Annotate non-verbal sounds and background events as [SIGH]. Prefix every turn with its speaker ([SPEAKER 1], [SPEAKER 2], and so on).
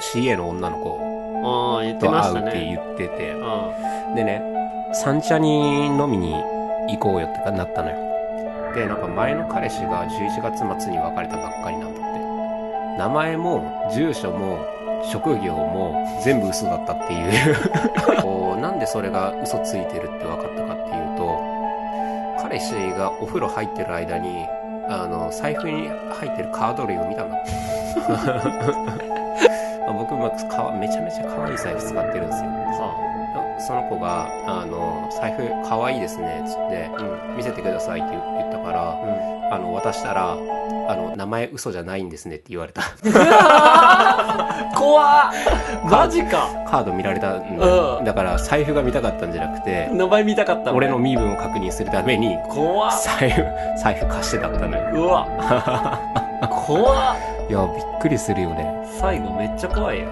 [SPEAKER 1] CA の女の子
[SPEAKER 2] ああ、言って
[SPEAKER 1] と
[SPEAKER 2] まし
[SPEAKER 1] 会
[SPEAKER 2] た
[SPEAKER 1] うって
[SPEAKER 2] ね。
[SPEAKER 1] 言ってて、
[SPEAKER 2] うん。
[SPEAKER 1] でね、三茶に飲みに行こうよってかなったのよ。で、なんか前の彼氏が11月末に別れたばっかりなんだって。名前も、住所も、職業も、全部嘘だったっていうこう。なんでそれが嘘ついてるって分かったかっていうと、彼氏がお風呂入ってる間に、あの、財布に入ってるカード類を見たんだって。まあ僕、まあかわ、めちゃめちゃ可愛い財布使ってるんですよ。
[SPEAKER 2] は
[SPEAKER 1] その子が、あの、財布可愛いですね、つって、
[SPEAKER 2] あ。うん。
[SPEAKER 1] 見せてくださいって言言ったから、
[SPEAKER 2] うん。
[SPEAKER 1] あの、渡したら、あの、名前嘘じゃないんですねって言われた。 [LAUGHS]
[SPEAKER 2] 怖っマジか
[SPEAKER 1] カード見られたんだ。
[SPEAKER 2] うん
[SPEAKER 1] だから、財布が見たかったんじゃなくて、
[SPEAKER 2] 名前見たかったの
[SPEAKER 1] 俺の身分を確認するために、
[SPEAKER 2] 怖っ
[SPEAKER 1] 財布、財布貸してたったのよ。
[SPEAKER 2] うわ怖っ
[SPEAKER 1] いや、びっくりするよね。
[SPEAKER 2] 最後めっちゃ怖いよ